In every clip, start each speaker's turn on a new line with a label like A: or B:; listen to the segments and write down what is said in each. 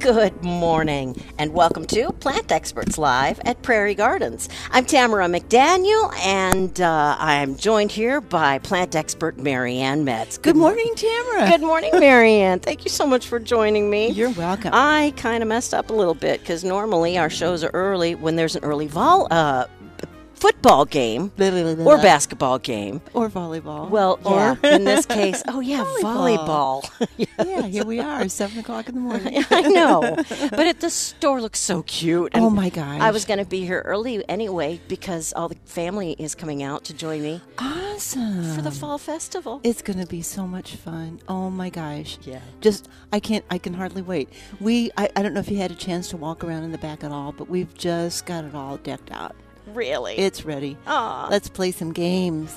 A: Good morning, and welcome to Plant Experts Live at Prairie Gardens. I'm Tamara McDaniel, and uh, I am joined here by plant expert Marianne Metz.
B: Good morning, Tamara.
A: Good morning, Marianne. Thank you so much for joining me.
B: You're welcome.
A: I kind of messed up a little bit because normally our shows are early when there's an early vol uh, football game or basketball game.
B: or volleyball.
A: Well, or in this case, oh yeah, volleyball.
B: Volleyball. yeah, here we are, seven o'clock in the morning.
A: I know, but it, the store looks so cute.
B: Oh, my gosh.
A: I was going to be here early anyway because all the family is coming out to join me
B: awesome.
A: for the fall festival.
B: It's going to be so much fun. Oh my gosh.
A: Yeah.
B: Just I can't I can hardly wait. We I, I don't know if you had a chance to walk around in the back at all, but we've just got it all decked out.
A: really,
B: It's ready.
A: Aw.
B: Let's play some games.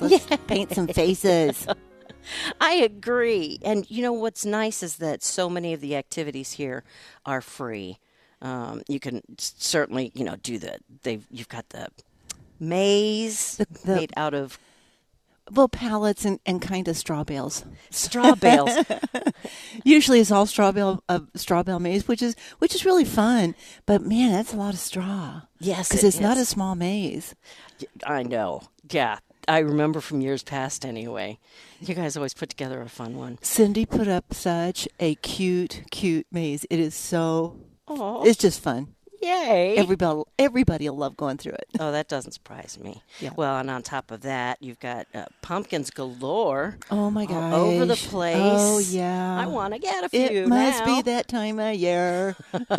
B: Let's paint some faces.
A: I agree. And you know what's nice is that so many of the activities here are free. Um, you can s- certainly, you know, do the they've you've got the maze
B: the-
A: made out of
B: well, pallets and, and kind of straw bales.
A: straw bales.
B: Usually it's all straw bale uh, straw bale maze, which is which is really fun. But man, that's a lot of straw.
A: Yes,
B: because
A: it
B: it's not
A: is.
B: a small maze.
A: I know. Yeah. I remember from years past anyway. You guys always put together a fun one.
B: Cindy put up such a cute, cute maze. It is so.
A: Aw.
B: It's just fun.
A: Yay.
B: Everybody, everybody will love going through it.
A: oh, that doesn't surprise me.
B: Yeah.
A: Well, and on top of that, you've got uh, pumpkins galore.
B: Oh my gosh!
A: all over the place.
B: Oh yeah.
A: I want to get a few.
B: It must
A: now.
B: be that time of year.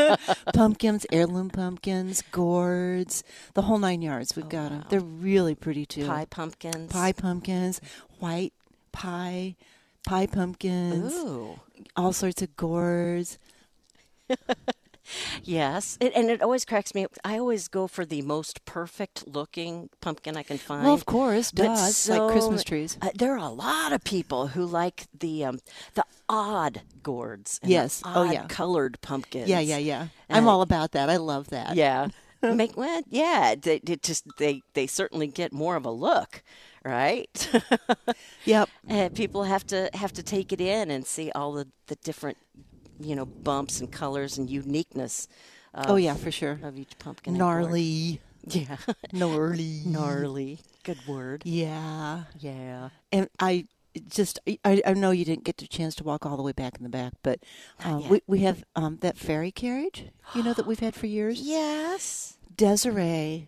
B: pumpkins, heirloom pumpkins, gourds, the whole nine yards. We've got 'em. They're really pretty too.
A: pie pumpkins.
B: Oh, pie pumpkins, white pie, pie pumpkins,
A: Ooh.
B: all sorts of gourds.
A: Yes. It, and it always cracks me up. I always go for the most perfect looking pumpkin I can find.
B: Well, of course,
A: But
B: duh, it's like
A: so-
B: Christmas trees.
A: Uh, there are a lot of people who like the um, the odd gourds. And the
B: Yes. Oh,
A: odd
B: yeah.
A: Colored pumpkins.
B: Yeah, yeah, yeah. I'm
A: Uh,
B: all about that. I love that.
A: Yeah. Make well, yeah. They, they just they they certainly get more of a look, right?
B: Yep.
A: and people have to have to take it in and see all the the different, you know, bumps and colors and uniqueness. Of,
B: Oh yeah, for sure.
A: Of each pumpkin. and gourd.
B: Gnarly.
A: Yeah.
B: Gnarly.
A: Gnarly. Good word.
B: Yeah.
A: Yeah.
B: And I just I, I know you didn't get the chance to walk all the way back in the back, but uh,
A: yet.
B: we we have um, that ferry carriage, you know, that we've had for years.
A: Yes.
B: Desiree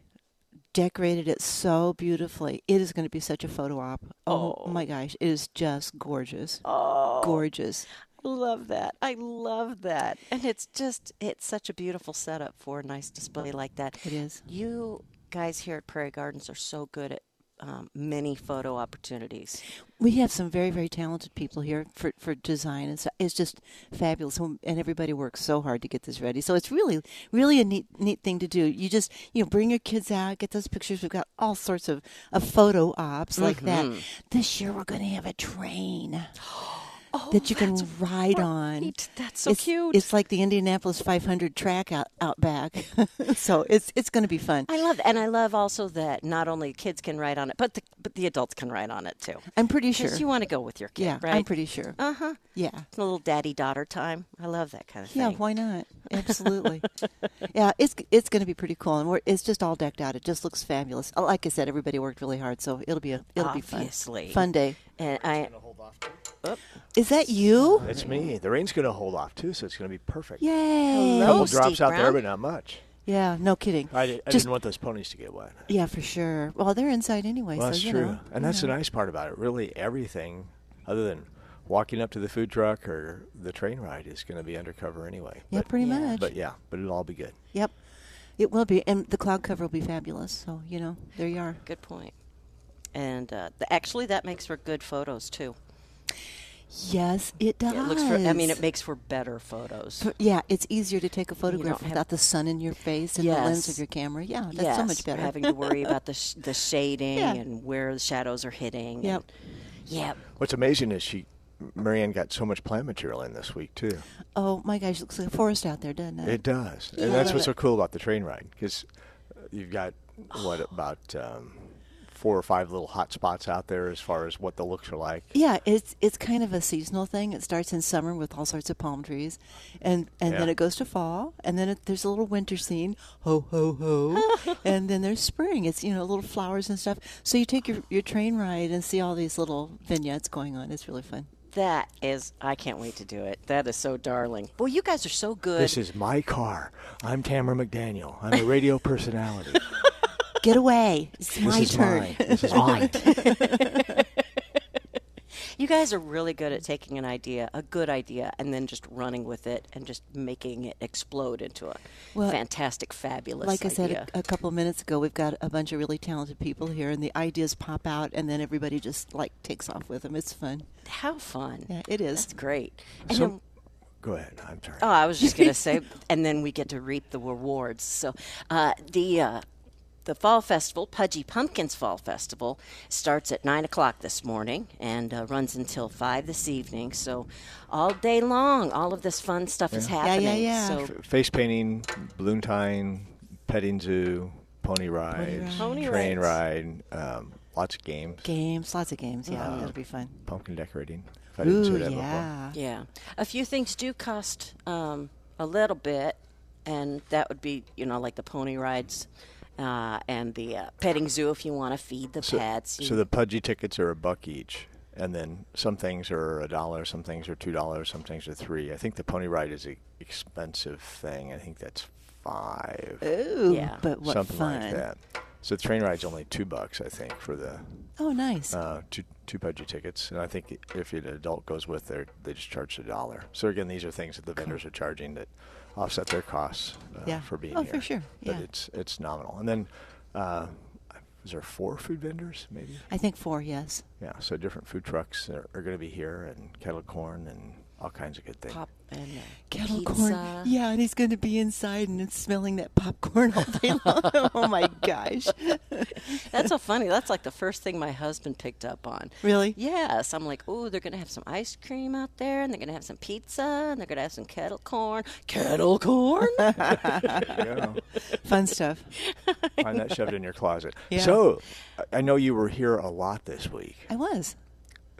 B: decorated it so beautifully. It is going to be such a photo op. Oh, my gosh, it is just gorgeous.
A: Oh.
B: Gorgeous.
A: Love that. I love that. And it's just, it's such a beautiful setup for a nice display like that.
B: It is.
A: You guys here at Prairie Gardens are so good at um, many photo opportunities.
B: We have some very very talented people here for for design and so it's just fabulous and and everybody works so hard to get this ready. So it's really really a neat neat thing to do. You just you know bring your kids out, get those pictures. We've got all sorts of, of photo ops like
A: Mm-hmm.
B: that. This year we're going to have a train. that you can ride on.
A: right. That's so
B: It's-
A: cute.
B: It's like the Indianapolis 500 track out, out back. so it's it's going to be fun.
A: I love, and I love also that not only kids can write on it, but the, but the adults can write on it too.
B: I'm pretty sure.
A: Because you want to go with your kid,
B: yeah,
A: right?
B: I'm pretty sure.
A: Uh huh.
B: Yeah.
A: A little daddy daughter time. I love that kind of
B: Yeah,
A: thing.
B: why not? Absolutely. yeah, it's it's going to be pretty cool, and we're, it's just all decked out. It just looks fabulous. Uh, Like I said, everybody worked really hard, so it'll be a it'll be
A: Obviously.
B: fun. Fun day.
A: And I,
B: Is that you?
C: It's me. The rain's going to hold off too, so it's going to be perfect.
B: Yay!
A: Hello.
C: Couple drops
A: Steve
C: out there,
A: Brown.
C: but not much.
B: Yeah, no kidding.
C: I, did, I
B: Just-
C: didn't want those ponies to get wet.
B: Yeah, for sure. Well, they're inside anyway,
C: Well,
B: so
C: that's
B: you
C: true,
B: know.
C: and that's the nice part about it. Really, everything other than walking up to the food truck or the train ride is going to be undercover anyway.
B: Yeah,
C: but,
B: pretty
A: Yeah.
B: much.
C: but yeah, but it'll all be good.
B: Yep. It will be, and the cloud cover will be fabulous. So you know, there you are.
A: good point. And uh, th- actually, that makes for good photos too.
B: Yes, it does.
A: Yeah, it looks for. I mean, it makes for better photos.
B: But yeah, it's easier to take a photograph
A: have-
B: without the sun in your face and the lens
A: Yes.
B: of your camera. Yeah, that's
A: yes,
B: so much better.
A: Having to worry about the sh- the shading
B: Yeah.
A: and where the shadows are hitting.
B: Yep.
A: and- yep.
C: What's amazing is she, Marianne, got so much plant material in this week too.
B: oh my gosh, looks like a forest out there, doesn't it?
C: It does,
B: Uh, Yeah.
C: and that's
B: Love
C: what's
B: it.
C: so cool about the train ride because you've got what about um, four or five little hot spots out there as far as what the looks are like.
B: Yeah, it's it's kind of a seasonal thing. It starts in summer with all sorts of palm trees, and and then
C: Yeah.
B: it goes to fall, and then it, there's a little winter scene, ho ho ho, and then there's spring. It's you know little flowers and stuff. So you take your your train ride and see all these little vignettes going on. It's really fun.
A: That is, I can't wait to do it. That is so darling. Well, you guys are so good.
C: This is my car. I'm Tamara McDaniel. I'm a radio personality.
B: Get away! It's
C: this
B: my
C: is
B: turn.
C: mine. This is mine.
A: you guys are really good at taking an idea, a good idea, and then just running with it and just making it explode into a
B: Well,
A: fantastic, fabulous
B: like I
A: idea.
B: said uh, a, a couple minutes ago, we've got a bunch of really talented people here, and the ideas pop out, and then everybody just like takes off with them. It's fun.
A: How fun.
B: Yeah, it is.
A: That's great. And
C: So-
A: then-
C: Go ahead. I'm sorry.
A: Oh, I was just going to say, and then we get to reap the rewards. So, uh, the uh, the fall festival, Pudgy Pumpkins Fall Festival, starts at nine o'clock this morning and uh, runs until five this evening. So, all day long, all of this fun stuff is
B: yeah,
A: happening.
B: yeah.
A: So,
C: F- Face painting, balloon tying, petting zoo, pony rides,
A: Pony
C: train
A: rides.
C: ride, um, lots of games,
B: Games, lots of games. Yeah,
A: Oh.
B: that'll be fun.
C: pumpkin decorating. If I didn't
B: Ooh,
C: do that before.
B: yeah.
A: yeah, a few things do cost um, a little bit, and that would be you know like the pony rides. Uh, and the uh, petting zoo if you want to feed the
C: So,
A: pets.
C: so the pudgy tickets are a buck each, and then some things are a dollar, some things are two dollars, some things are three. I think the pony ride is an expensive thing. I think that's five,
B: Ooh,
A: Yeah.
B: but what
C: something
B: fun!
C: like that. So the train ride's only two bucks, I think, for the
B: Oh, nice.
C: uh, two two pudgy tickets. And I think if an adult goes with, they they just charge a dollar. So again, these are things that the vendors are charging that offset their costs uh,
B: Yeah.
C: for being
B: Oh,
C: here.
B: for sure.
C: But
B: Yeah.
C: it's it's nominal. And then. Uh, is there four food vendors, maybe?
B: I think four. Yes.
C: Yeah, so different food trucks are, are going to be here, and kettle corn, and all kinds of good things.
A: pop and uh,
B: Kettle
A: pizza.
B: corn. Yeah, and he's going to be inside and it's smelling that popcorn all day long. oh my gosh!
A: That's so funny. That's like the first thing my husband picked up on.
B: Really?
A: Yes. I'm like, oh, they're going to have some ice cream out there, and they're going to have some pizza, and they're going to have some kettle corn. Kettle corn?
C: Yeah.
B: Fun stuff.
C: Find that shoved in your closet.
B: Yeah.
C: So, I- I know you were here a lot this week.
B: I was.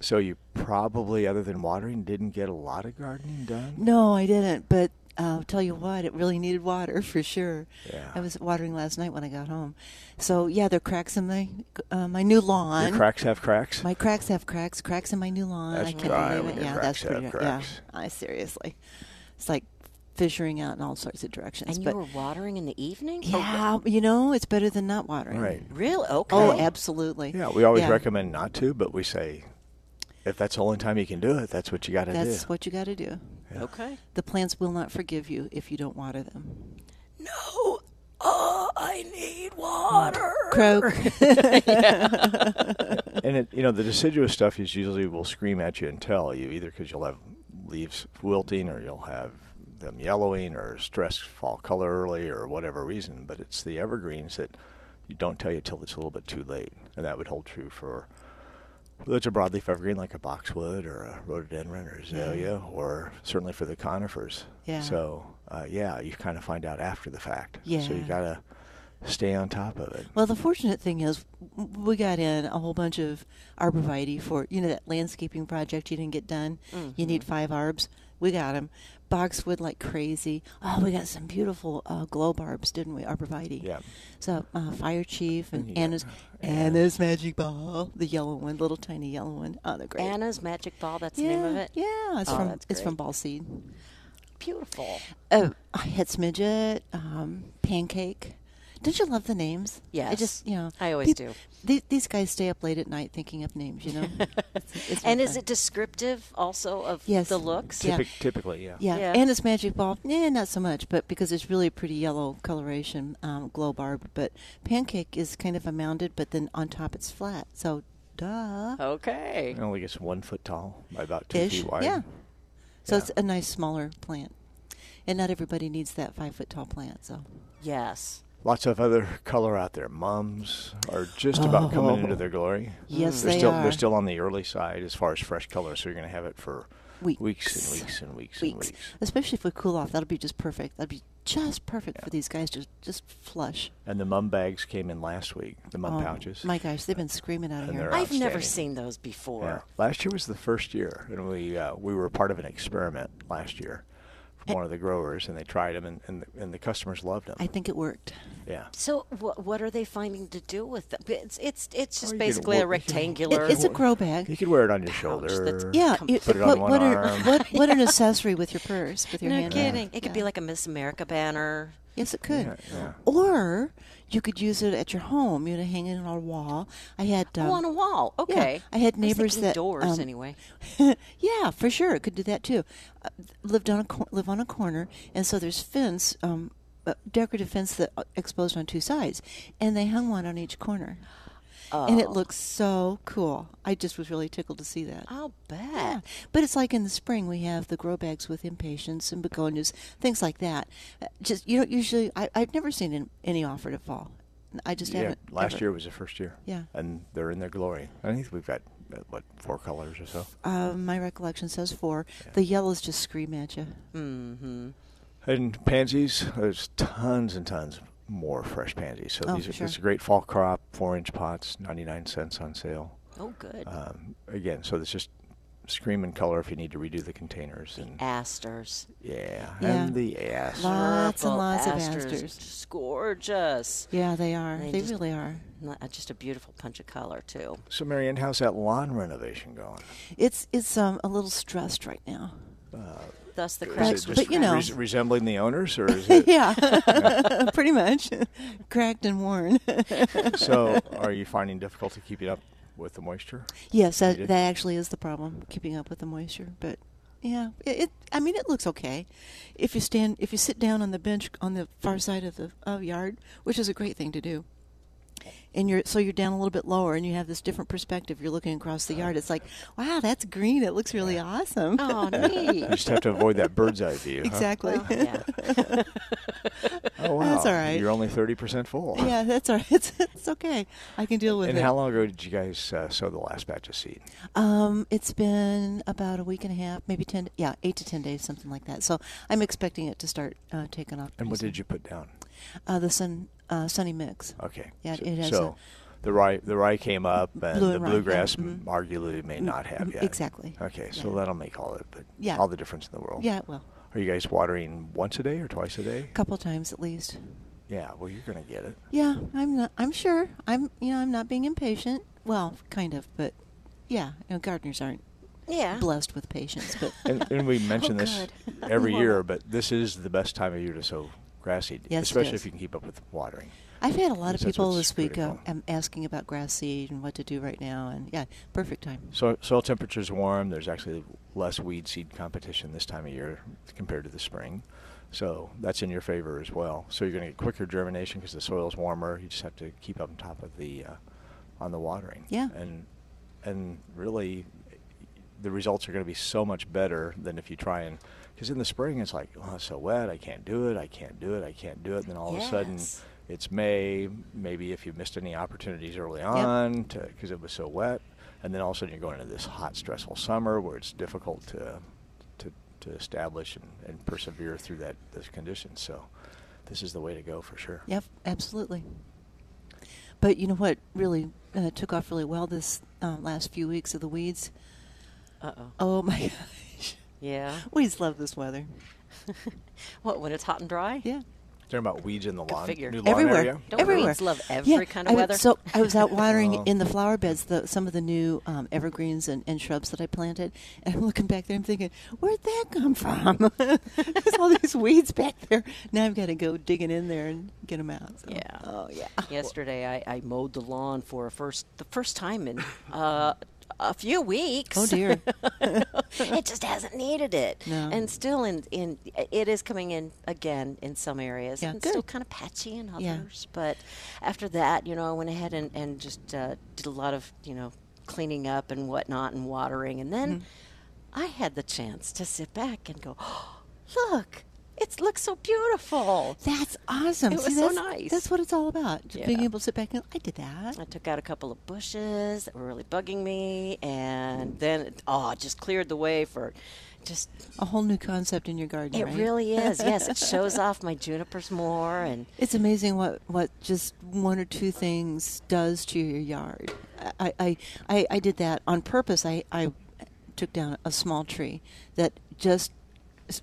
C: So you probably, other than watering, didn't get a lot of gardening done.
B: No, I didn't. But I'll tell you what, it really needed water for sure.
C: Yeah.
B: I was watering last night when I got home. So yeah, there are cracks in my uh, my new lawn.
C: Your cracks have cracks.
B: My cracks have cracks. Cracks in my new lawn.
C: That's
B: I can't
C: dry
B: believe it.
C: when your
B: Yeah,
C: cracks
B: that's pretty.
C: have
B: Yeah,
C: cracks.
B: I seriously, it's like fissuring out in all sorts of directions.
A: and you
B: but
A: were watering in the evening? Oh,
B: yeah, you know, it's better than not watering.
C: right.
A: really? Okay.
B: Oh, absolutely.
C: Yeah, we always
B: Yeah.
C: recommend not to, but we say if that's the only time you can do it, that's what you got to do.
B: That's what you got to do.
A: okay.
B: The plants will not forgive you if you don't water them.
A: No. Oh, I need water.
B: Croak.
C: and it, you know the deciduous stuff is usually will scream at you and tell you either because you'll have leaves wilting or you'll have them yellowing or stress fall color early or whatever reason but it's the evergreens that you don't tell you till it's a little bit too late and that would hold true for whether it's a broadleaf evergreen like a boxwood or a rhododendron or azalea or certainly for the conifers
B: Yeah.
C: so uh, yeah you kind of find out after the fact so you
B: Yeah.
C: gotta stay on top of it
B: well, the fortunate thing is w- we got in a whole bunch of arborvitae for, you know, that landscaping project you didn't get done.
A: Mm-hmm.
B: You need five arbs. We got them. Boxwood like crazy. Oh, we got some beautiful uh, globe arbs, didn't we? Arborvitae.
C: Yeah.
B: So uh, Fire Chief and
C: Yeah.
B: Anna's, Anna's Magic Ball, the yellow one, little tiny yellow one. Oh, they're great.
A: Anna's Magic Ball, that's
B: yeah,
A: the name of it?
B: Yeah, it's
A: Oh,
B: from
A: that's
B: it's from
A: great.
B: ball seed.
A: Beautiful.
B: Oh,
A: Mm.
B: I had smidget, um, pancake. Don't you love the names? I
A: Yes.
B: just you know
A: I always
B: peop-
A: do.
B: the- these guys stay up late at night thinking up names. You know. It's- it's
A: And
B: really
A: is
B: fun.
A: it descriptive also of
B: Yes.
A: the looks?
B: Yeah.
C: Typic- typically yeah
B: Yeah.
A: yeah.
B: and it's magic ball. Eh, not so much, but because it's really a pretty yellow coloration, um, glow barb. But pancake is kind of a mounded, but then on top it's flat. So, duh.
A: Okay.
C: It only gets one foot tall by about two
B: Ish,
C: feet wide.
B: yeah. So
C: Yeah.
B: it's a nice smaller plant, and not everybody needs that five foot tall plant. So.
A: Yes.
C: Lots of other color out there. Mums are just about coming into their glory.
B: Oh. Yes,
C: they're
B: they
C: still
B: are.
C: they're still on the early side as far as fresh color, so you're going to have it for
B: weeks.
C: Weeks and weeks and weeks,
B: Weeks.
C: and weeks.
B: Especially if we cool off, that'll be just perfect. That'll be just perfect for these guys to just flush.
C: And the mum bags came in last week, the mum
B: Oh,
C: pouches.
B: My gosh, they've been screaming out of
C: And
B: here.
C: they're
A: I've never seen
C: outstanding.
A: those before.
C: Yeah. Last year was the first year, and we uh, we were part of an experiment last year from one of the growers, and they tried them, and, and, the, and the customers loved them.
B: I think it worked.
C: yeah.
A: So what what are they finding to do with them? It's it's it's
C: Or
A: just
C: you could
A: basically a
C: wo- you could-
B: It-
A: rectangular.
B: it's a grow bag.
C: You could wear it on your
A: Pouch,
C: shoulder.
A: that's-
B: Yeah,
A: Come
B: you-
C: put it on
B: what,
C: one
B: what,
C: arm.
B: Are, what, what an accessory with your purse, with your
A: no
B: hand.
A: kidding. It
B: Yeah.
A: could be like a Miss America banner.
B: Yes, it could.
C: Yeah, yeah.
B: Or you could use it at your home. You know, hang it on a wall. I had um,
A: oh, on a wall.
B: yeah,
A: Okay.
B: I had
A: was
B: neighbors
A: thinking
B: that
A: doors
B: um,
A: anyway.
B: yeah, for sure, it could do that too. Uh, lived on a cor- live on a corner, and so there's fence, um, uh, decorative fence that uh, exposed on two sides, and they hung one on each corner, and it
A: Oh.
B: looks so cool. I just was really tickled to see that.
A: I'll bet.
B: Yeah, but it's like in the spring we have the grow bags with impatiens and begonias, things like that. Uh, Just you don't usually. I, I've never seen an- any offered at fall. I just
C: Yeah,
B: haven't.
C: last
B: ever.
C: year was the first year.
B: Yeah.
C: And they're in their glory. I think we've got, uh, what, four colors or so?
B: uh, my recollection says four. The yellows just scream at you.
A: Mm-hmm.
C: And pansies, there's tons and tons more fresh pansies. So
B: Oh,
C: these are,
B: sure.
C: this is a great fall crop, four inch pots, 99 cents on sale.
A: Oh, good.
C: Um, again, so there's just screaming color if you need to redo the containers. and
A: Asters.
C: Yeah.
B: Yeah.
C: And the ass.
B: Lot- Lots and
A: Purple
B: lots of asters.
A: Just gorgeous.
B: Yeah, they are.
A: They
B: They,
A: just-
B: really are.
A: Not- uh, Just a beautiful punch of color too.
C: So, Marianne, how's that lawn renovation going?
B: It's it's um, a little stressed right now.
C: Uh,
A: Thus the
C: Is
A: cracks.
C: it
A: were
C: just
B: But you know-
A: scratched.
C: res- resembling the owners, or is it?
B: yeah, pretty much, cracked and worn.
C: so, are you finding difficulty keeping up with the moisture?
B: yes, that,
C: Needed.
B: that actually is the problem, keeping up with the moisture. But yeah, it, it. I mean, it looks okay. If you stand, if you sit down on the bench on the far side of the of yard, which is a great thing to do. And you're so you're down a little bit lower, and you have this different perspective. You're looking across the yard. It's like, wow, that's green. It looks really awesome.
A: Oh,
C: You
A: neat.
C: just have to avoid that bird's eye view. huh?
B: exactly.
A: Well, yeah.
C: Oh, wow.
B: That's all right.
C: You're only 30% full.
B: Yeah, that's all right. It's, it's okay. I can deal with
C: And
B: it.
C: how long ago did you guys uh, sow the last batch of seed?
B: Um, it's been about a week and a half, maybe ten. Yeah, eight to ten days, something like that. So I'm expecting it to start uh, taking off.
C: And what did you put down?
B: Uh, the sun, uh, sunny mix.
C: Okay.
B: Yeah,
C: so,
B: it has
C: so the rye the rye came up, and
B: Blue
C: the
B: and rye, yeah.
C: bluegrass
B: Mhm.
C: arguably may not have
B: mm,
C: yet.
B: exactly.
C: Okay, so
B: Yeah.
C: that'll make all the
B: Yeah.
C: all the difference in the world.
B: Yeah, well,
C: Are you guys watering once a day or twice a day?
B: a couple times at least.
C: Yeah. Well, you're gonna get it.
B: Yeah, I'm not. I'm sure. I'm. You know, I'm not being impatient. Well, kind of, but yeah. You know, gardeners aren't
A: Yeah.
B: blessed with patience, but
C: And, and we mention
A: Oh,
C: this
A: good.
C: every
A: Wow.
C: year, but this is the best time of year to sow grass seed,
B: Yes, it
C: especially
B: is.
C: if you can keep up with watering.
B: I've had a lot of
C: That's
B: people
C: what's
B: this week uh,
C: critical.
B: um, asking about grass seed and what to do right now, and yeah, perfect time.
C: So soil temperature's warm. There's actually less weed seed competition this time of year compared to the spring. So that's in your favor as well. So you're going to get quicker germination because the soil's warmer. You just have to keep on top of the uh, on the watering.
B: Yeah.
C: And and really, the results are going to be so much better than if you try and because in the spring it's like oh it's so wet I can't do it I can't do it I can't do it and then all of a sudden
A: Yes.
C: it's May maybe if you missed any opportunities early on because it was so wet and then all of a sudden you're going into this hot stressful summer where it's difficult to to, to establish and, and persevere through that those conditions so this is the way to go for sure
B: Yep, absolutely. But you know what really uh, took off really well this uh, last few weeks of the weeds?
A: Uh oh.
B: Oh my gosh.
A: Yeah.
B: Weeds love this weather.
A: What when it's hot and dry?
B: Yeah.
C: talking about weeds in the
A: Good
C: lawn
A: figure.
C: new lawn
B: Everywhere.
C: area
A: Don't
B: everywhere.
A: weeds love every
B: yeah,
A: kind of
B: I was-
A: weather?
B: So I was out watering
C: Wow.
B: in the flower beds, the, some of the new um, evergreens and, and shrubs that I planted. And I'm looking back there, I'm thinking, where'd that come from? There's all these weeds back there. Now I've got to go digging in there and get them out. So,
A: Yeah.
B: Oh, yeah.
A: Yesterday, I, I mowed the lawn for a first the first time in uh, a few weeks.
B: Oh, dear.
A: it just hasn't needed it,
B: No.
A: and still in in it is coming in again in some areas.
B: Yeah,
A: and
B: good.
A: still kind of patchy in
B: Yeah.
A: others. But after that, you know, I went ahead and and just uh, did a lot of you know cleaning up and whatnot and watering,
B: Mm-hmm.
A: and then I had the chance to sit back and go, oh, look. It looks so beautiful.
B: That's awesome.
A: It
B: See,
A: was so
B: that's,
A: nice.
B: That's what it's all about. Just
A: Yeah.
B: being able to sit back and I did that.
A: I took out a couple of bushes that were really bugging me, and then it, oh, it just cleared the way for just
B: a whole new concept in your garden.
A: it
B: right?
A: really is. Yes, it shows off my junipers more, and
B: It's amazing what, what just one or two things does to your yard. I, I, I, I did that on purpose. I, I took down a small tree that just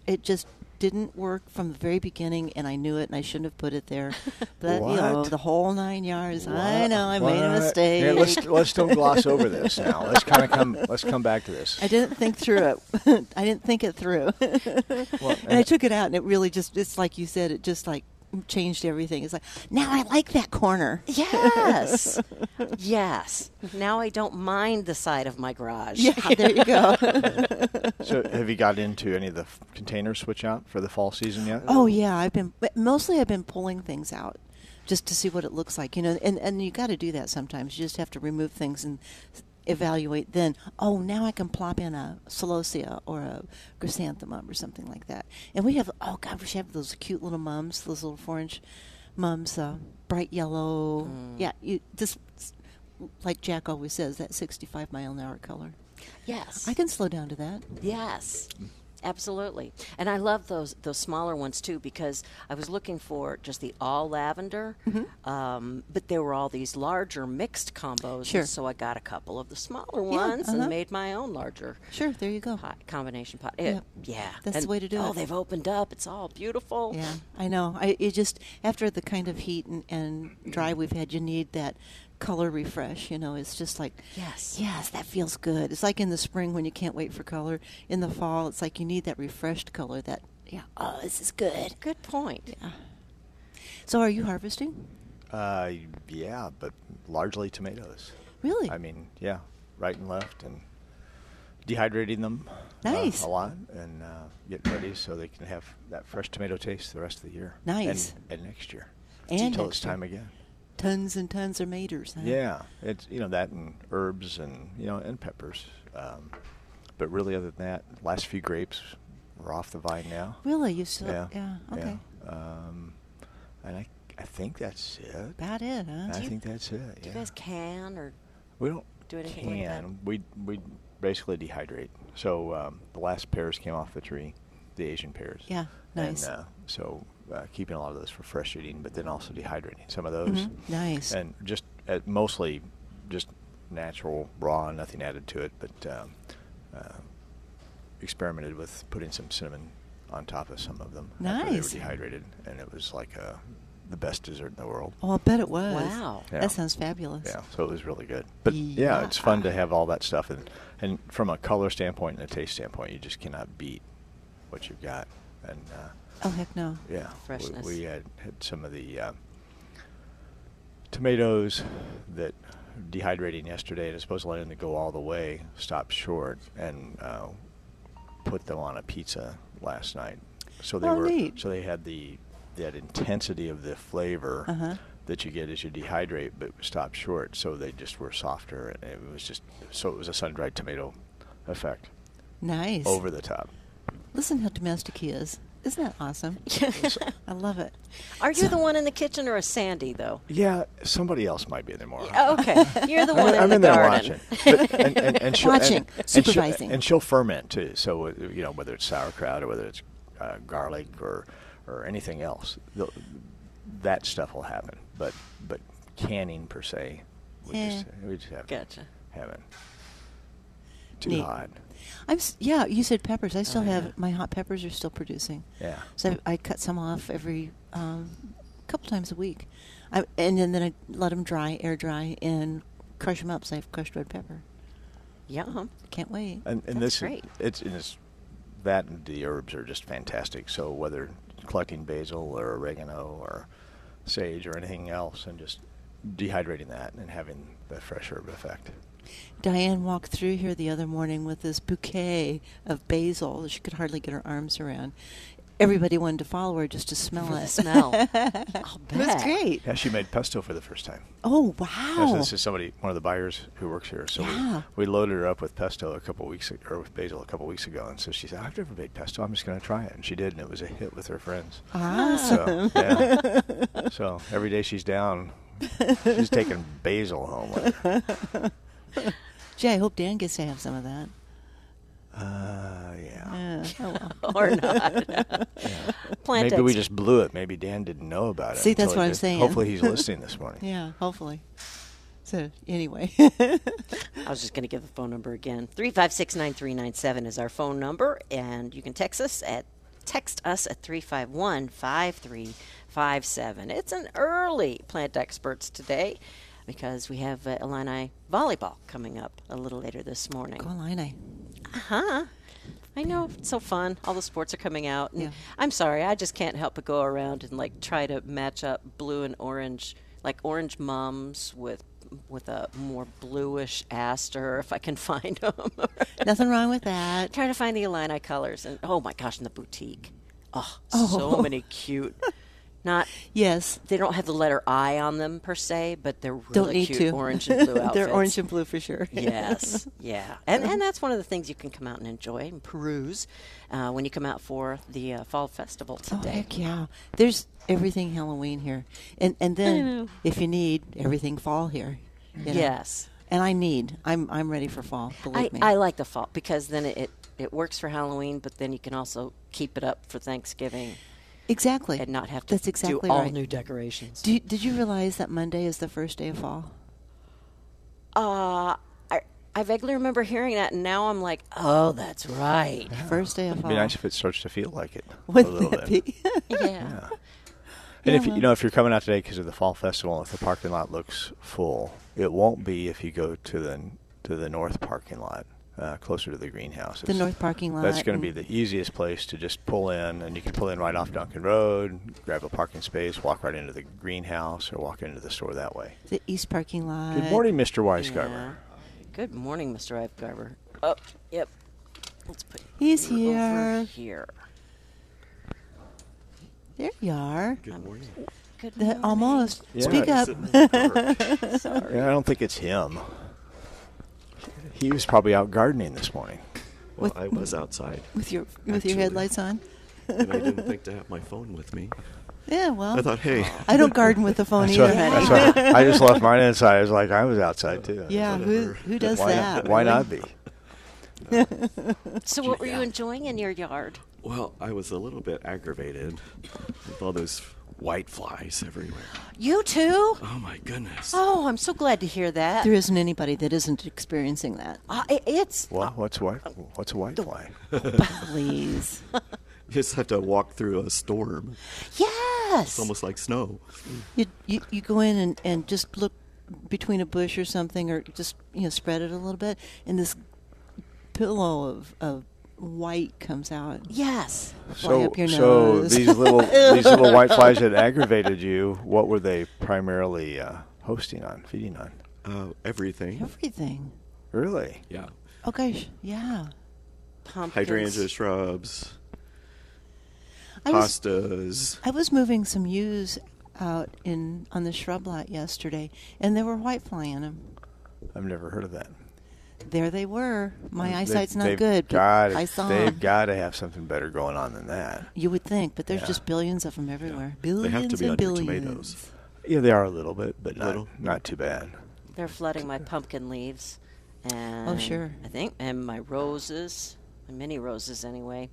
B: it just didn't work from the very beginning, and I knew it, and I shouldn't have put it there. But you know,
C: What?
B: the whole nine yards. I
C: What?
B: know I made a
C: What?
B: mistake.
C: Yeah, let's let's don't gloss over this now. Let's kind of come let's come back to this.
B: I didn't think through it. I didn't think it through.
C: Well,
B: and I took it out, and it really just—it's like you said—it just like changed everything. It's like now I like that corner.
A: yes, yes. Now I don't mind the side of my garage.
B: Yeah, there you go.
C: so have you got into any of the f- container switch out for the fall season yet?
B: oh yeah, I've been but mostly I've been pulling things out just to see what it looks like, you know. And and you got to do that sometimes. You just have to remove things and evaluate. Then oh, now I can plop in a celosia or a chrysanthemum or something like that. And we have oh god, we should have those cute little mums, those little four-inch mums, uh, bright yellow. Yeah, you just like Jack always says, that sixty-five mile an hour color.
A: Yes.
B: I can slow down to that.
A: Yes. Absolutely. And I love those those smaller ones too because I was looking for just the all lavender,
B: Mm-hmm.
A: um, but there were all these larger mixed combos. and
B: Sure.
A: So I got a couple of the smaller ones
B: uh-huh.
A: and made my own larger
B: Sure, there you go.
A: pot, combination pot. It-
B: Yep.
A: Yeah.
B: That's the
A: And,
B: way to do
A: oh,
B: it.
A: they've opened up. It's all beautiful.
B: Yeah, I know. I you just after the kind of heat and, and dry we've had, you need that color refresh. You know, it's just like
A: Yes.
B: yes, that feels good. It's like in the spring when you can't wait for color. In the fall, it's like you need that refreshed color. That yeah, oh, this is good.
A: Good point.
B: So, are you harvesting?
C: Uh, yeah, but largely tomatoes.
B: Really?
C: I mean, yeah, right and left, and dehydrating them uh,
B: Nice.
C: a lot, and uh, getting ready so they can have that fresh tomato taste the rest of the year.
B: Nice.
C: And, and next year.
B: And
C: until
B: next
C: it's
B: year.
C: time again.
B: tons and tons of maters. Huh?
C: Yeah, it's you know that and herbs and you know and peppers, um, but really other than that, last few grapes are off the vine now.
B: Really? You still?
C: Yeah.
B: okay.
C: yeah. Um, and I I think that's it.
B: About it, huh?
C: I
A: you-
C: think that's it.
A: Do
C: yeah.
A: you guys can or
C: We don't
A: do anything like that?
C: can. we we basically dehydrate. So um, the last pears came off the tree, the Asian pears.
B: Yeah, nice.
C: And, uh, so uh, keeping a lot of those for fresh eating, but then also dehydrating some of those.
B: Mhm. Nice.
C: And just uh, mostly just natural, raw, nothing added to it, but um, uh, experimented with putting some cinnamon on top of some of them. after
B: Nice.
C: They were dehydrated, and it was like uh, the best dessert in the world.
B: Oh, I bet it was.
A: Wow.
C: Yeah.
B: That sounds fabulous.
C: Yeah, so it was really good. But yeah, it's fun to have all that stuff, and and from a color standpoint and a taste standpoint, you just cannot beat what you've got. And uh,
B: Oh heck no.
C: yeah, we-
A: Freshness.
C: We, had had some of the uh, tomatoes that dehydrating yesterday, and it's supposed to let them go all the way, stopped short, and uh, put them on a pizza last night. So they
B: Oh,
C: were
B: neat.
C: so they had the that intensity of the flavor
B: Uh-huh.
C: that you get as you dehydrate, but stopped short. So they just were softer, and it was just so it was a sun dried tomato effect
B: Nice.
C: over the top.
B: Listen how domestic he is. Isn't that awesome? I love it.
A: Are you the one in the kitchen or a Sandy though?
C: Yeah, somebody else might be the moron.
A: Oh, okay, you're the
C: I'm,
A: one
C: I'm
A: in
C: in
A: the
C: there
A: garden.
C: watching, But- and, and, and she'll,
B: Watching,
C: and, and
B: supervising.
C: she'll, and she'll ferment too. So uh, you know whether it's sauerkraut or whether it's uh, garlic or or anything else, the, that stuff will happen. But but canning per se, we
B: Yeah.
C: just we just haven't
A: Eh, Gotcha.
C: haven't too
B: Neat.
C: hot.
B: I'm s- yeah. You said peppers. I still
C: Oh,
B: have
C: yeah.
B: my hot peppers are still producing.
C: Yeah.
B: So I, I cut some off every um, couple times a week, I, and then, then I let them dry, air dry, and crush them up. So I have crushed red pepper.
A: Yum.
B: Can't wait.
C: And, and
A: That's
C: this
A: great.
C: it's and it's that and the herbs are just fantastic. So whether collecting basil or oregano or sage or anything else, and just dehydrating that and having the fresh herb effect.
B: Diane walked through here the other morning with this bouquet of basil that she could hardly get her arms around. Everybody wanted to follow her just to smell
A: For
B: it.
A: the smell. I'll
B: it was
A: bet.
B: great.
C: Yeah, she made pesto for the first time.
B: Oh
C: Yeah, so
B: wow!
C: this is somebody, one of the buyers who works here. So
B: Yeah.
C: we, we loaded her up with pesto a couple weeks ag- or with basil a couple weeks ago, and so she said, "I've never made pesto. I'm just going to try it." And she did, and it was a hit with her friends.
B: Awesome.
C: So, yeah. so every day she's down, she's taking basil home with her.
B: Gee, I hope Dan gets to have some of that.
C: Uh, yeah.
B: Yeah. Oh, well.
A: or not. Plant
C: Maybe we
A: ex-
C: just blew it. Maybe Dan didn't know about it.
B: See, that's
C: until he
B: what I'm
C: did.
B: saying.
C: Hopefully, he's listening this morning.
B: Yeah, hopefully. So anyway,
A: I was just going to give the phone number again. 356-9397 is our phone number and you can text us at text us at 351-5357. It's an early plant experts today because we have uh, Illini volleyball coming up a little later this morning.
B: go Illini.
A: Huh? Uh-huh. I know it's so fun. All the sports are coming out. And
B: Yeah.
A: I'm sorry, I just can't help but go around and like try to match up blue and orange, like orange mums with with a more bluish aster if I can find them.
B: Nothing wrong with that.
A: trying to find the Illini colors and oh my gosh, in the boutique, oh,
B: Oh.
A: so many cute. Not
B: Yes,
A: they don't have the letter I on them per se, but they're really
B: don't need
A: cute
B: to.
A: orange and blue outfits.
B: They're orange and blue for sure.
A: yes, yeah, and and that's one of the things you can come out and enjoy and peruse uh, when you come out for the uh, fall festival
B: Oh
A: today.
B: heck yeah! There's everything Halloween here, and and then
A: know.
B: if you need everything fall here. you know.
A: Yes,
B: And I need. I'm I'm ready for fall.
A: I,
B: Believe me.
A: I like the fall because then it, it it works for Halloween, but then you can also keep it up for Thanksgiving
B: exactly.
A: and not have to
B: That's exactly
A: do all
B: right.
A: new decorations.
B: Do you- did you realize that Monday is the first day of fall?
A: Uh, I I vaguely remember hearing that, and now I'm like, oh, that's right.
B: First day of
C: It'd
B: fall.
C: be nice if it starts to feel like it a
B: Wouldn't
C: little
B: that
C: bit.
B: be?
A: Yeah.
B: Yeah,
C: And if you,
B: well.
C: you know if you're coming out today because of the fall festival, if the parking lot looks full, it won't be if you go to the to the north parking lot, uh, closer to the greenhouse.
B: the north parking lot.
C: That's going
B: and-
C: to be the easiest place to just pull in, and you can pull in right off Duncan Road, grab a parking space, walk right into the greenhouse, or walk into the store that way.
B: the east parking lot.
C: Good morning, Mr. Weisgarber.
A: Yeah. Good morning, Mr. Ive Garber. Oh, yep. Let's put
B: He's
A: you over
B: here.
A: here.
B: There you are.
D: Good morning.
A: Good
B: The-
A: morning.
B: almost.
C: Yeah.
B: Speak
C: Yeah,
B: up.
D: Sitting in the car.
A: Sorry.
C: Yeah, I don't think it's him. He was probably out gardening this morning.
D: Well,
B: With-
D: I was outside,
B: With your with your
D: Actually.
B: headlights on.
D: and I didn't think to have my phone with me.
B: Yeah. Well.
D: I thought, hey,
B: Oh. I don't garden with the phone
C: That's
B: either,
C: why,
B: honey.
C: that's why I just left mine inside. I was like, I was outside too.
B: yeah. Who
D: Whatever.
B: who does
C: why
B: that?
C: Not, why
B: really?
C: not be?
A: So, what were you
D: Yeah.
A: enjoying in your yard?
D: well, I was a little bit aggravated with all those white flies everywhere.
A: You too?
D: Oh my goodness.
A: Oh, I'm so glad to hear that.
B: There isn't anybody that isn't experiencing that.
A: Uh, it- it's
C: What, what's white? What's a white fly?
B: Please.
D: You just have to walk through a storm.
A: yes.
D: It's almost like snow.
B: You, you, you go in and, and just look between a bush or something, or just you know spread it a little bit, and this pillow of, of white comes out.
A: yes.
B: Fly up your
C: so
B: nose.
C: these little these little white flies that aggravated you. What were they primarily uh, hosting on, feeding on?
D: Uh, everything.
B: Everything.
C: Really?
D: Yeah.
B: Oh gosh, yeah.
A: Pumpkins.
D: Hydrangea shrubs,
B: I was
D: hostas.
B: I was moving some yews out in on the shrub lot yesterday, and there were white fly in them.
C: I've never heard of that.
B: There they were. My
C: They-
B: eyesight's not
C: they've
B: good, but
C: gotta-
B: I saw
C: They've
B: 'em.
C: got to have something better going on than that.
B: You would think, but there's
C: Yeah.
B: just billions of them everywhere.
D: They
B: Billions
D: have to be
B: and
D: under
B: billions.
D: tomatoes.
C: Yeah, they are a little bit, but not
D: Little.
C: not too bad.
A: They're flooding my pumpkin leaves. And
B: Oh, sure.
A: I think, and my roses, my mini roses anyway.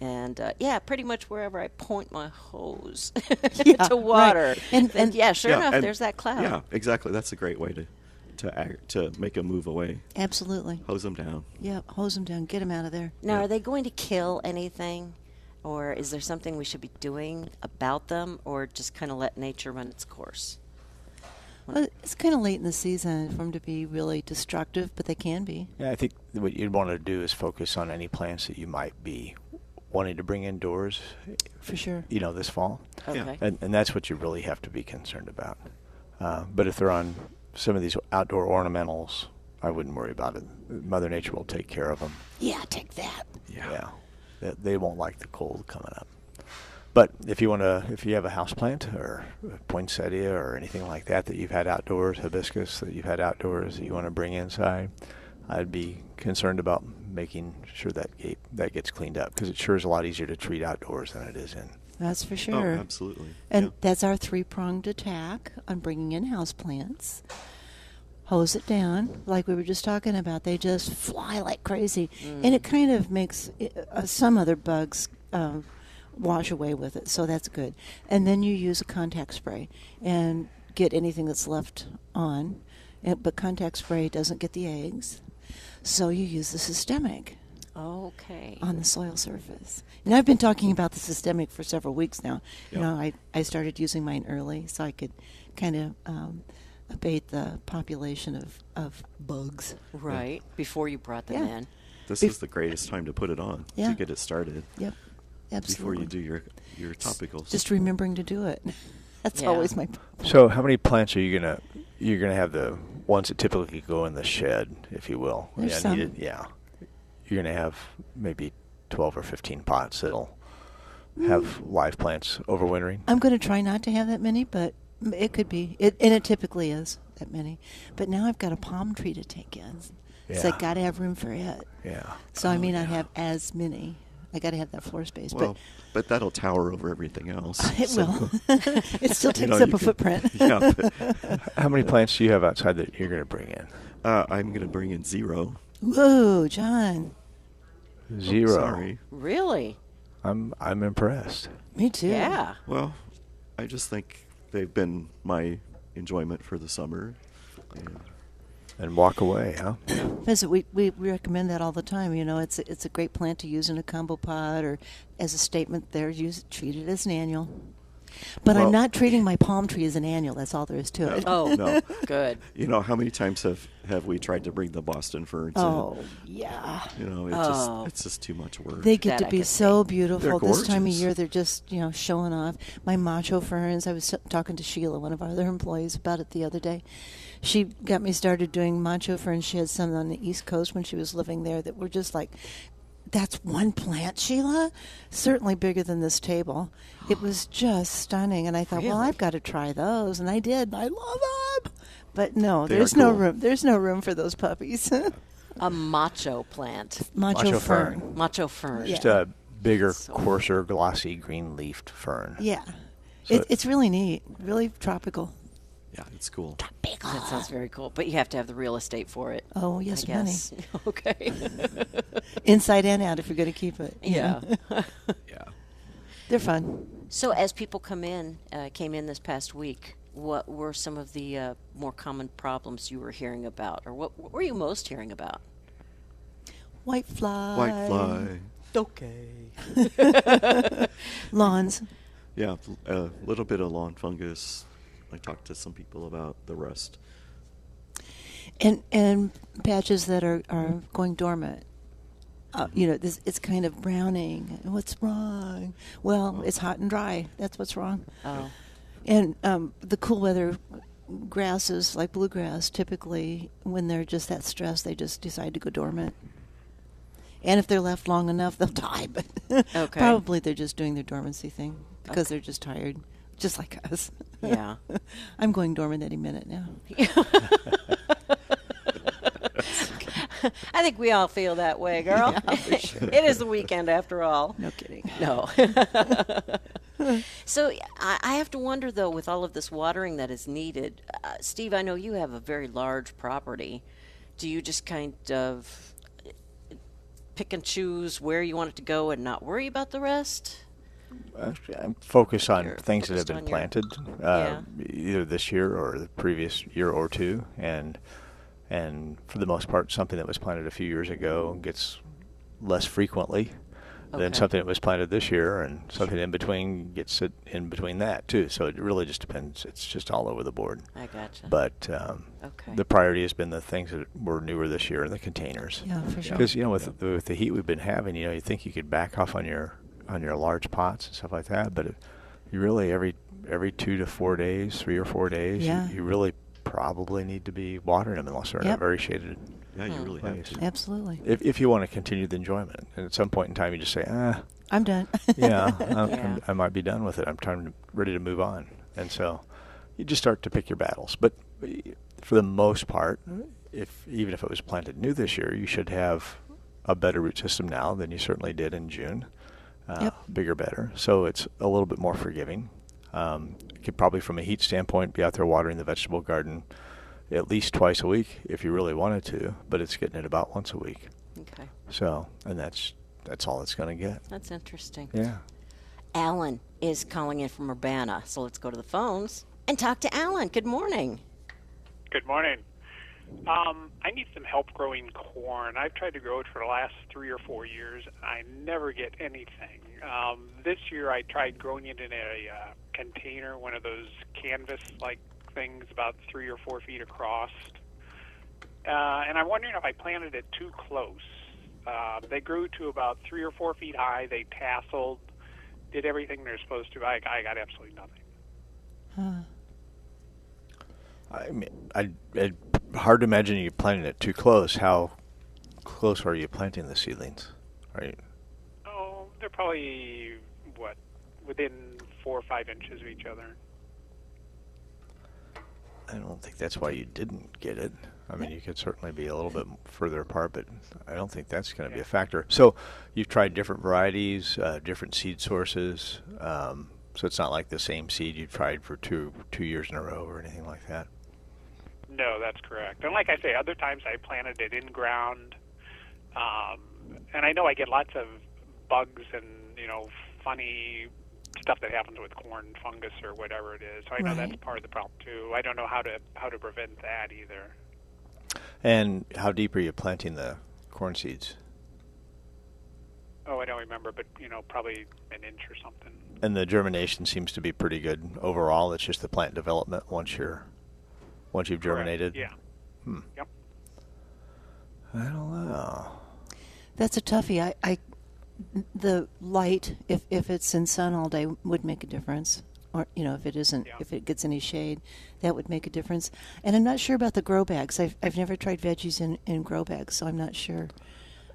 A: And uh, yeah, pretty much wherever I point my hose
B: Yeah, right.
A: to water.
B: And-
A: And,
B: and-
A: yeah, sure
D: Yeah,
A: enough,
D: and-
A: there's that cloud.
D: Yeah, exactly. That's a great way to to ag- to make a move away.
B: Absolutely.
D: Hose them down.
B: Yeah, hose them down. Get them out of there.
A: Now,
D: Yeah.
A: are they going to kill anything? Or is there something we should be doing about them? Or just kind of let nature run its course?
B: Well, it's kind of late in the season for them to be really destructive, but they can be.
C: Yeah, I think what you'd want to do is focus on any plants that you might be wanting to bring indoors.
B: For sure.
C: You know, this fall.
D: Yeah.
A: Okay.
C: And, and that's what you really have to be concerned about. Uh, but if they're on some of these outdoor ornamentals, I wouldn't worry about it. Mother Nature will take care of them.
A: Yeah, take that.
D: Yeah.
C: They, they won't like the cold coming up. But if you want to, if you have a house plant or a poinsettia or anything like that that you've had outdoors, hibiscus that you've had outdoors that you want to bring inside, I'd be concerned about making sure that gate that gets cleaned up because it sure is a lot easier to treat outdoors than it is in.
B: That's for sure.
D: Oh, absolutely.
B: And
D: Yeah.
B: that's our three pronged attack on bringing in houseplants. hose it down, like we were just talking about. They just fly like crazy,
D: Mm.
B: and it kind of makes uh, some other bugs um, wash away with it. So that's good. And then you use a contact spray and get anything that's left on, Uh, but contact spray doesn't get the eggs, so you use the systemic
A: Okay.
B: on the soil surface. And I've been talking about the systemic for several weeks now. You
D: Yeah.
B: know, I, I started using mine early so I could kind of um, abate the population of, of bugs.
A: Right. Before you brought them
B: Yeah.
A: in.
D: This
B: Bef-
D: is the greatest time to put it on
B: Yeah.
D: to get it started
B: Yep,
D: before
B: absolutely.
D: you do your your topicals.
B: Just remembering to do it. That's
A: Yeah.
B: always my p-
C: So, how many plants are you gonna you're gonna have the ones that typically go in the shed, if you will?
B: There's
C: yeah,
B: some.
C: needed- yeah. You're gonna have maybe twelve or fifteen pots that'll have live plants overwintering.
B: Mm. I'm going to try not to have that many, but m- it could be. It, and it typically is that many. But now I've got a palm tree to take in. So
C: Yeah.
B: I got to have room for it.
C: yeah.
B: So I may not have as many. I got to have that floor space.
D: Oh, well,
B: but
D: but that'll tower over everything else.
B: It
D: so-
B: will. it still
D: You
B: takes
D: know,
B: up
D: you
B: a
D: can-
B: footprint.
D: Yeah, but, um,
C: How many plants do you have outside that you're gonna bring in?
D: uh, I'm going to bring in zero.
B: Whoa, John.
C: Zero.
D: Sorry.
A: Really?
C: I'm I'm impressed.
B: Me too.
A: Yeah.
D: Well, I just think they've been my enjoyment for the summer. And
C: And walk away, huh?
B: Because we, we recommend that all the time. You know, it's a, it's a great plant to use in a combo pot or as a statement there. Use treat it as an annual. But
D: Well-
B: I'm not treating my palm tree as an annual. That's all there is to it.
A: Oh,
D: No.
A: good.
D: You know how many times have have we tried to bring the Boston ferns?
B: Oh, yeah.
D: in? you know it's
A: Oh.
D: just it's just too much work.
B: They get
A: That
B: to
A: I
B: be
A: could
B: so beautiful
D: They're
B: this time of
D: gorgeous.
B: year. They're just, you know, showing off. My macho ferns, I was talking to Sheila, one of our other employees, about it the other day. She got me started doing macho ferns. She had some on the East Coast when she was living there that were just like, that's one plant, Sheila. Certainly bigger than this table. It was just stunning. And I thought, well,
A: Really?
B: I've got to try those. And I did. I love them. But no,
D: They are
B: there's no
D: cool.
B: room. There's no room for those puppies. macho,
A: A macho plant.
C: Macho
B: fern.
C: fern.
A: Macho fern.
B: Yeah.
C: Just a bigger,
A: So-
C: coarser, glossy green leafed fern.
B: Yeah.
C: So-
B: it, it's really neat, really tropical.
D: yeah, it's cool.
A: That sounds very cool. But you have to have the real estate for it.
B: Oh,
A: I
B: yes, money.
A: guess. Okay.
B: Inside and out if you're going to keep it. you
A: yeah.
B: know.
D: Yeah.
B: They're fun.
A: so as people come in, uh, came in this past week, what were some of the uh, more common problems you were hearing about, or what, what were you most hearing about?
B: White fly.
D: White fly.
B: Lawns.
D: Yeah, a little bit of lawn fungus. I talked to some people about the rust.
B: And, and patches that are, are going dormant. Uh, you know, this it's kind of browning. What's wrong? Well, it's hot and dry. That's what's wrong.
A: Oh,
B: And um, the cool weather grasses, like bluegrass, typically, when they're just that stressed, they just decide to go dormant. And if they're left long enough, they'll die. But
A: Okay.
B: probably they're just doing their dormancy thing because they're just tired, just like us.
A: yeah.
B: I'm going dormant any minute now.
A: I think we all feel that way, girl. it is the weekend after all.
B: No kidding.
A: No. so I, I have to wonder, though, with all of this watering that is needed, uh, Steve, I know you have a very large property. Do you just kind of uh, pick and choose where you want it to go and not worry about the rest?
C: Actually, I'm focused on
A: You're
C: things that
A: focused
C: have been
A: on your-
C: planted, uh, either this year or the previous year or two, and and for the most part, something that was planted a few years ago gets less frequently
A: Okay.
C: than something that was planted this year, and something in between gets it in between that too. So it really just depends. It's just all over the board.
A: I gotcha.
C: But um,
A: Okay.
C: the priority has been the things that were newer this year in the containers.
B: Yeah, for sure.
C: Because you know, with the, with the heat we've been having, you know, you think you could back off on your on your large pots and stuff like that, but it, you really every every two to four days, three or four days, you-
B: Yeah.
C: you, really probably need to be watering them unless they're in a
B: Yep.
C: very shaded
D: Yeah, you really have
C: place.
D: to.
B: Absolutely.
C: If, if you want to continue the enjoyment, and at some point in time, you just say, ah,
B: I'm done.
C: yeah, I'm,
A: Yeah.
C: I'm, I might be done with it. I'm trying to, ready to move on, and so you just start to pick your battles. But eh, for the most part, if even if it was planted new this year, you should have a better root system now than you certainly did in June. Uh,
B: Yep.
C: Bigger, better. So it's a little bit more forgiving. Um, could probably, from a heat standpoint, be out there watering the vegetable garden at least twice a week if you really wanted to, but it's getting it about once a week.
A: Okay.
C: So, and that's that's all it's going to get.
A: That's interesting.
C: Yeah.
A: Alan is calling in from Urbana. So let's go to the phones and talk to Alan. Good morning.
E: Good morning. Um, I need some help growing corn. I've tried to grow it for the last three or four years. and I never get anything. Um, this year, I tried growing it in a uh, container, one of those canvas-like things, about three or four feet across. Uh, and I'm wondering if I planted it too close. Uh, they grew to about three or four feet high. They tasseled, did everything they're supposed to. I, I got absolutely nothing.
C: I mean, I, I hard to imagine you planting it too close. How close are you planting the seedlings? Are you,
E: Oh, they're probably what within four or five inches of each other.
C: I don't think that's why you didn't get it. I mean, you could certainly be a little bit further apart, but I don't think that's going to be a factor. So, you've tried different varieties, uh, different seed sources. Um, so it's not like the same seed you tried for two two years in a row or anything like that.
E: No, that's correct. And like I say, other times I planted it in ground, um, and I know I get lots of bugs and you know funny stuff that happens with corn fungus or whatever it is. So I know that's
B: Right.
E: part of the problem too. I don't know how to how to prevent that either.
C: And how deep are you planting the corn seeds?
E: Oh, I don't remember, but you know probably an inch or something.
C: And the germination seems to be pretty good overall. It's just the plant development once you're once you've germinated.
E: Yeah. Yep.
C: I don't know.
B: That's a toughie. I, I the light, if if it's in sun all day, would make a difference. Or you know, if it isn't,
E: Yeah.
B: if it gets any shade, that would make a difference. And I'm not sure about the grow bags. I've I've never tried veggies in in grow bags, so I'm not sure.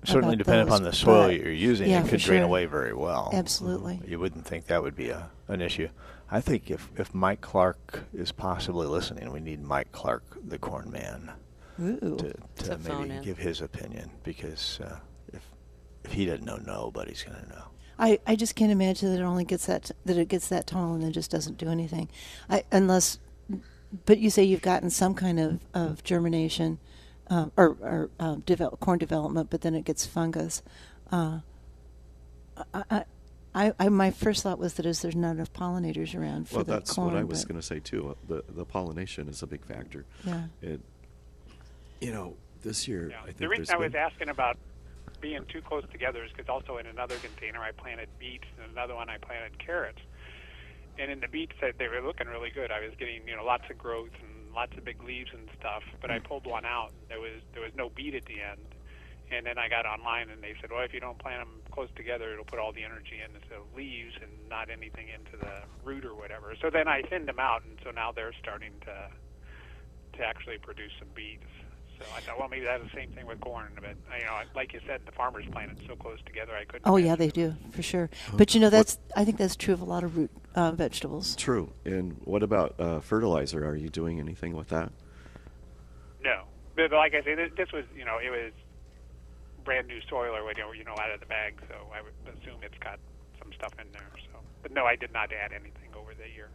C: Certainly
B: about
C: dependent
B: those,
C: upon the soil
B: but-
C: you're using,
B: yeah,
C: it
B: for
C: could drain
B: sure.
C: away very well.
B: Absolutely.
C: You wouldn't think that would be a, an issue. I think if, if Mike Clark is possibly listening, we need Mike Clark, the corn man,
B: Ooh.
C: to, to
A: To phone
C: maybe
A: in.
C: give his opinion because uh, if, if he doesn't know, nobody's going to know.
B: I, I just can't imagine that it only gets that that it gets that tall and then just doesn't do anything, I, unless. But you say you've gotten some kind of, of germination, um, or, or um, develop, corn development, but then it gets fungus. Uh, I, I, I, I my first thought was that is there's not enough pollinators around for
D: well,
B: the
D: that's
B: corn.
D: what I was
B: but-
D: going to say too. Uh, The the pollination is a big factor.
B: Yeah.
D: It, you know, this year
E: Yeah.
D: I think
E: the reason
D: there's
E: I was
D: been-
E: asking about being too close together is because also in another container I planted beets and another one I planted carrots. And in the beets, they- they were looking really good. I was getting you know lots of growth and lots of big leaves and stuff. But I pulled one out. And there was there was no beet at the end. And then I got online and they said, well, if you don't plant them close together, it'll put all the energy into the leaves and not anything into the root or whatever. So then I thinned them out, and so now they're starting to to actually produce some beets. So I thought, well, maybe that's the same thing with corn. But you know, like you said, the farmers plant it so close together, I couldn't.
B: Oh yeah,
E: imagine
B: they
E: it
B: do for sure. But you know that's I think that's true of a lot of root uh, vegetables.
D: true. And what about uh, fertilizer? Are you doing anything with that?
E: No, but but like I say, this, this was you know it was brand new soil or whatever you know out of the bag, so I would assume it's got some stuff in there. So, but no, I did not add anything over the year.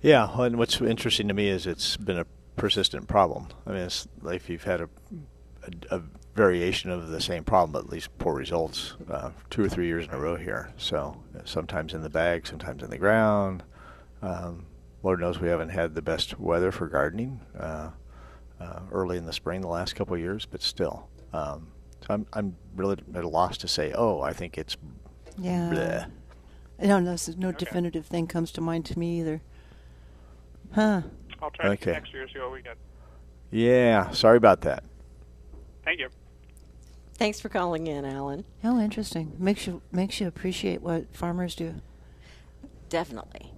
C: Yeah, and what's interesting to me is it's been a persistent problem. I mean, it's like if you've had a, a, a variation of the same problem, at least poor results, uh, two or three years in a row here. So uh, sometimes in the bag, sometimes in the ground. Um, Lord knows we haven't had the best weather for gardening uh, uh, early in the spring the last couple of years, but still. Um, so I'm, I'm really at a loss to say, oh, I think it's
B: Yeah.
C: bleh.
B: No, no, this is- no definitive thing comes to mind to me either. Huh.
E: I'll try to
C: Okay.
E: to next year see what we get.
C: Yeah, sorry about that.
E: Thank you.
A: Thanks for calling in, Alan.
B: How Oh, interesting. Makes you makes you appreciate what farmers do
A: Definitely.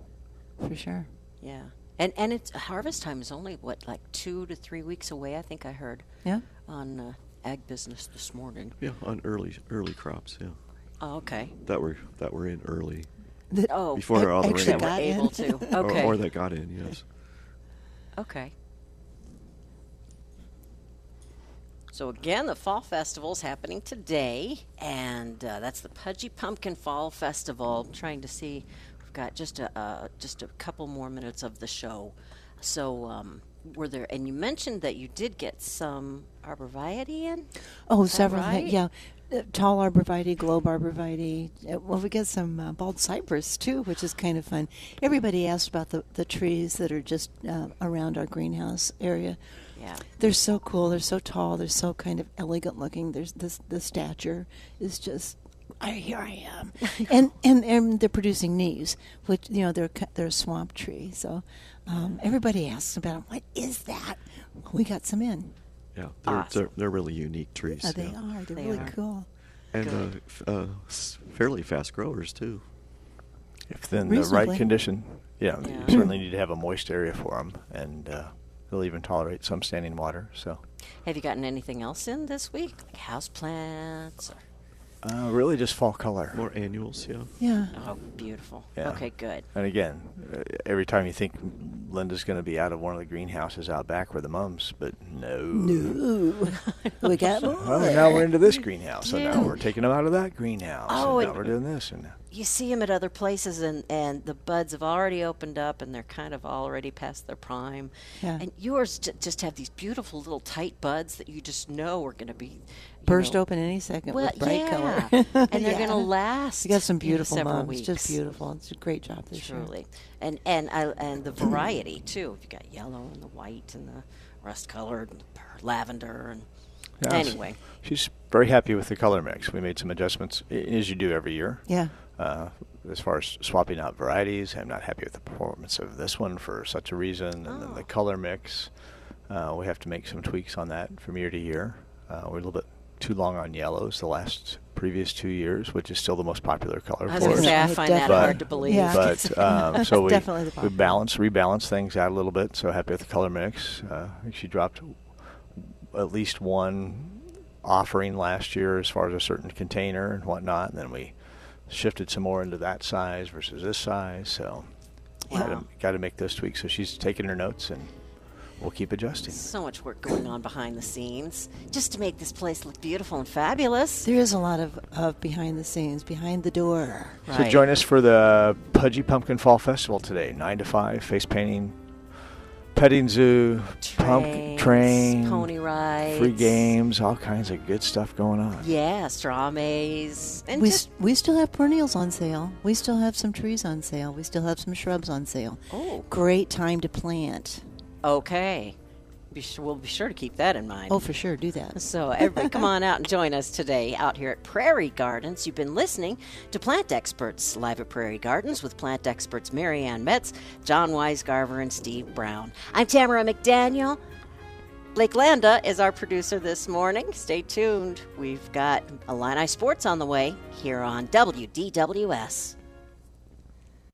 B: for sure.
A: Yeah. And and it's harvest time is only what like 2 to 3 weeks away, I think I heard
B: Yeah.
A: on uh, ag business this morning.
D: Yeah, on early early crops. Yeah,
A: Oh, okay.
D: that were that were in early
B: The-
A: Oh.
D: before all the
B: actually
D: rain.
A: that we're
B: got in.
A: able to.
D: or-
A: Okay.
D: or, that got in. Yes.
A: Okay. So again, the fall festival's happening today, and uh, that's the Pudgy Pumpkin Fall Festival. I'm trying to see, we've got just a uh, just a couple more minutes of the show, so um, were there? And you mentioned that you did get some arborvitae in.
B: Oh,
A: that
B: several. ha-
A: right?
B: Yeah. Uh, Tall arborvitae, globe arborvitae. Uh, Well, we get some uh, bald cypress too, which is kind of fun. Everybody asked about the, the trees that are just uh, around our greenhouse area.
A: Yeah.
B: They're so cool. They're so tall. They're so kind of elegant looking. There's this the stature is just. I, here I am, and, and and they're producing leaves, which you know they're cu- they're a swamp tree. So um, everybody asks about 'em, What is that? We got some in.
D: Yeah, they're,
A: Awesome.
D: they're, they're really unique trees.
B: Yeah, Oh, they
D: yeah.
B: are. They're
A: They
B: really
A: are.
B: cool.
D: And uh, f- uh, s- fairly fast growers, too.
C: If then the
B: Reasonably.
C: right condition, yeah, you
A: Yeah.
C: certainly need to have a moist area for them, and uh, they'll even tolerate some standing water. So,
A: Have you gotten anything else in this week? Like houseplants? Or,
C: uh, really, just fall color.
D: More annuals, yeah.
B: Yeah.
A: oh, beautiful.
C: Yeah.
A: Okay, good.
C: And again, uh, every time you think Linda's going to be out of one of the greenhouses out back where the mums, but no.
B: Ooh, we got
C: Well,
B: more.
C: now we're into this greenhouse, and now
A: Dude.
C: we're taking them out of that greenhouse,
A: Oh,
C: and now
A: it-
C: we're doing this, and
A: You see them at other places, and, and the buds have already opened up, and they're kind of already past their prime.
B: Yeah.
A: And yours j- just have these beautiful little tight buds that you just know are going to be you
B: Burst
A: know,
B: open any second
A: Well,
B: with bright
A: yeah.
B: color.
A: and they're going to last.
B: You got
A: you
B: some
A: know,
B: beautiful
A: several
B: mums.
A: Weeks.
B: Just beautiful. It's a great job this year.
A: Truly, and and I, and the variety too. You got yellow and the white and the rust colored and the pur- lavender and
C: Yeah.
A: anyway.
C: she's very happy with the color mix. We made some adjustments, i- as you do every year.
B: Yeah.
C: Uh, as far as swapping out varieties, I'm not happy with the performance of this one for such a reason, and then
A: Oh.
C: the color mix. Uh, we have to make some tweaks on that from year to year. Uh, we're a little bit too long on yellows the last previous two years, which is still the most popular color
A: I was
C: for
A: going
C: us.
A: to say I
B: Yeah,
A: find that
B: definitely.
A: hard to believe.
B: Yeah.
C: But um, so we,
B: Definitely the
C: we
B: popular.
C: balance, rebalance things out a little bit. So happy with the color mix. Uh, I think she dropped at least one offering last year as far as a certain container and whatnot. And then we shifted some more into that size versus this size. So
A: Wow.
C: got to make those tweaks. So she's taking her notes and we'll keep adjusting.
A: So much work going on behind the scenes just to make this place look beautiful and fabulous.
B: There is a lot of, of behind the scenes, behind the door.
C: So join us for the Pudgy Pumpkin Fall Festival today, nine to five. Face painting, petting zoo, pumpkin
A: Trains,
C: train,
A: pony rides,
C: free games, all kinds of good stuff going on.
A: Yeah, straw maze, and
B: We,
A: just
B: s- we still have perennials on sale. We still have some trees on sale. We still have some shrubs on sale.
A: Oh.
B: Great time to plant.
A: okay. Be sure, we'll be sure to keep that in mind.
B: Oh, for sure. Do that.
A: So, everybody, come on out and join us today out here at Prairie Gardens. You've been listening to Plant Experts live at Prairie Gardens with plant experts Mary Ann Metz, John Weisgarver, and Steve Brown. I'm Tamara McDaniel. Blake Landa is our producer this morning. Stay tuned. We've got Illini Sports on the way here on WDWS.